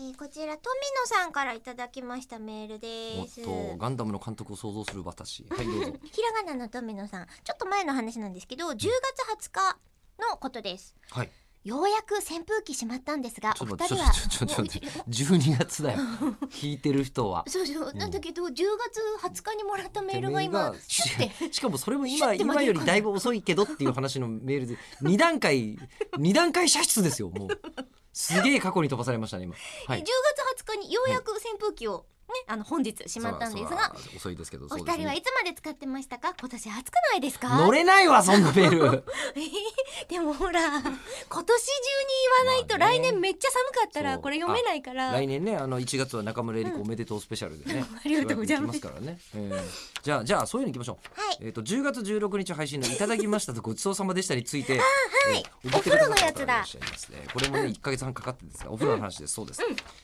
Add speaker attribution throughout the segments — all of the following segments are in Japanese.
Speaker 1: えーこちら富野さんからいただきましたメール
Speaker 2: お
Speaker 1: で
Speaker 2: っ
Speaker 1: す
Speaker 2: とガンダムの監督を想像する私はいどう ぞ
Speaker 1: ひらがなの富野さんちょっと前の話なんですけど10月20日のことです
Speaker 2: はい
Speaker 1: ようやく扇風機しまったんですが
Speaker 2: ち
Speaker 1: お
Speaker 2: ょっと
Speaker 1: 二
Speaker 2: 待
Speaker 1: 人
Speaker 2: って
Speaker 1: は
Speaker 2: ちょっと待ってちょっと待って12月だよ聞いてる人は
Speaker 1: そうそう、なんだけど10月20日にもらった メールが
Speaker 2: メー
Speaker 1: 今
Speaker 2: ルが
Speaker 1: シュッて
Speaker 2: し しかもそれも
Speaker 1: シュ
Speaker 2: 今
Speaker 1: ッて紛れ込んだ
Speaker 2: 今よりだいぶ遅いけどっていう話のメールで2段 階2段階射出ですよもうすげえ過去に飛ばされましたね今は
Speaker 1: 10月20日にようやく扇風機を、ねあの本日しまったんです
Speaker 2: そ
Speaker 1: が
Speaker 2: らそら遅いですけど
Speaker 1: お
Speaker 2: そう
Speaker 1: 二
Speaker 2: です
Speaker 1: 人は
Speaker 2: ね
Speaker 1: いつまで使ってましたか今年暑くないですか
Speaker 2: 乗れないわそんなメール
Speaker 1: えー でもほ ら今年中に言わないと
Speaker 2: まあね
Speaker 1: 来年めっちゃ寒かったら
Speaker 2: そう
Speaker 1: これ読めないから
Speaker 2: 来年ねあの1月は中村江里子おめでとうスペシャルでね、
Speaker 1: ありがとうございます
Speaker 2: しばらく行きますからね、えーじゃあじゃあそういうのいきましょう
Speaker 1: はい
Speaker 2: えっ、と10月16日配信の「いただきました」と「ごちそうさまでした」につい て、
Speaker 1: はい
Speaker 2: えー送ってくださっ
Speaker 1: お風呂
Speaker 2: た方
Speaker 1: のやつだ
Speaker 2: がいらっしゃいますねこれもね1か月半かかってですがお風呂の話です、そうです、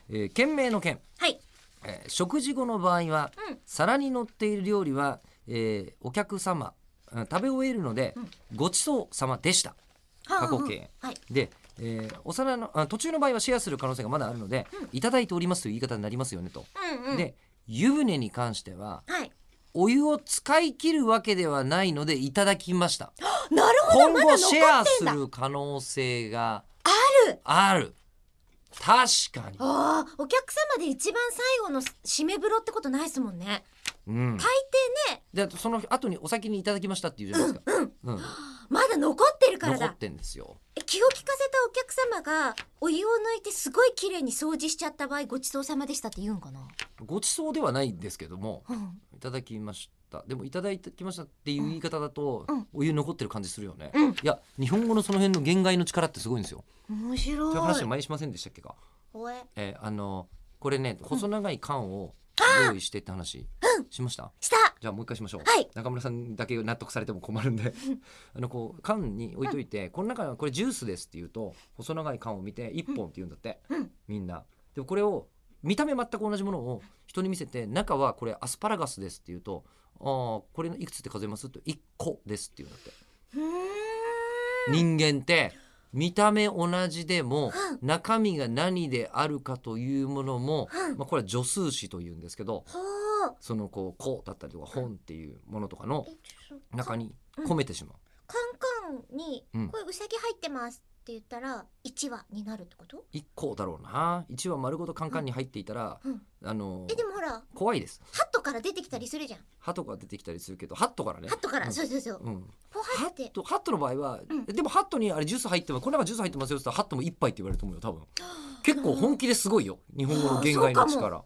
Speaker 2: えー件名の件、
Speaker 1: はい
Speaker 2: えー食事後の場合は、
Speaker 1: うん
Speaker 2: 皿に乗っている料理は、えーお客様うん食べ終えるので、ごちそうさまでした過去形
Speaker 1: はい
Speaker 2: で、えーお皿のあ途中の場合はシェアする可能性がまだあるので、いただいておりますという言い方になりますよねと。
Speaker 1: うんうん
Speaker 2: で湯船に関しては
Speaker 1: はい
Speaker 2: お湯を使い切るわけではないのでいただきました
Speaker 1: なるほど
Speaker 2: 今
Speaker 1: まだ残
Speaker 2: 後
Speaker 1: っ
Speaker 2: シェア
Speaker 1: て
Speaker 2: す
Speaker 1: んだ
Speaker 2: る可能性が
Speaker 1: ある
Speaker 2: ある確かに、
Speaker 1: あーお客様で一番最後の締め風呂ってことないですもんね
Speaker 2: う
Speaker 1: 大
Speaker 2: ん、
Speaker 1: 抵ね
Speaker 2: でその後にお先にいただきましたっていうじゃないですか、うん
Speaker 1: まだ残ってるから
Speaker 2: 残
Speaker 1: だ
Speaker 2: ってんですよ
Speaker 1: え気を利かせたお客様がお湯を抜いてすごい綺麗に掃除しちゃった場合ごちそうさまでしたって言うんかな、
Speaker 2: ごちそうではないんですけども
Speaker 1: うん、
Speaker 2: いただきましたでもいただきましたっていう言い方だと、
Speaker 1: うん
Speaker 2: お湯残ってる感じするよね、
Speaker 1: うん
Speaker 2: いや日本語のその辺の限界の力ってすごいんですよ
Speaker 1: 面
Speaker 2: という
Speaker 1: 白
Speaker 2: 話
Speaker 1: い
Speaker 2: を前にしませんでしたっけか、
Speaker 1: おえ
Speaker 2: えーあのこれね細長い缶を用意してって話しました、
Speaker 1: した
Speaker 2: じゃあもう一回しましょう、
Speaker 1: はい
Speaker 2: 中村さんだけ納得されても困るんで あのこう缶に置いといて、この中にはこれジュースですって言うと細長い缶を見て1本って言うんだって、
Speaker 1: うん
Speaker 2: みんなでもこれを見た目全く同じものを人に見せて中はこれアスパラガスですって言うと「ああこれいくつって数えます?」と1個です」って言うんだって
Speaker 1: うーん
Speaker 2: 人間って見た目同じでも中身が何であるかというものも、
Speaker 1: うん
Speaker 2: まあ、これは助数詞というんですけど
Speaker 1: ほう
Speaker 2: そのこう「個」だったりとか「本」っていうものとかの
Speaker 1: えちょっと
Speaker 2: 中に込めてしまう。
Speaker 1: カンカンに
Speaker 2: うん
Speaker 1: これうさぎ入ってますって言ったら一話になるってこと
Speaker 2: 一個だろうな一は丸ごとカンカンに入っていたら、
Speaker 1: うん
Speaker 2: あの
Speaker 1: えでもほらハ
Speaker 2: 怖いです
Speaker 1: ットから出てきたりするじゃん
Speaker 2: ハトが出てきたりするけどハットからね
Speaker 1: ハットから、
Speaker 2: うん
Speaker 1: そうそうそう
Speaker 2: うん、
Speaker 1: こう入
Speaker 2: ハ
Speaker 1: って
Speaker 2: ットハットの場合は、
Speaker 1: うん
Speaker 2: でもハットにあれジュース入ってますこの中ジュース入ってますよって言ったらハットも一杯って言われると思うよ多分結構本気ですごいよ日本語の言外の
Speaker 1: そうか
Speaker 2: 力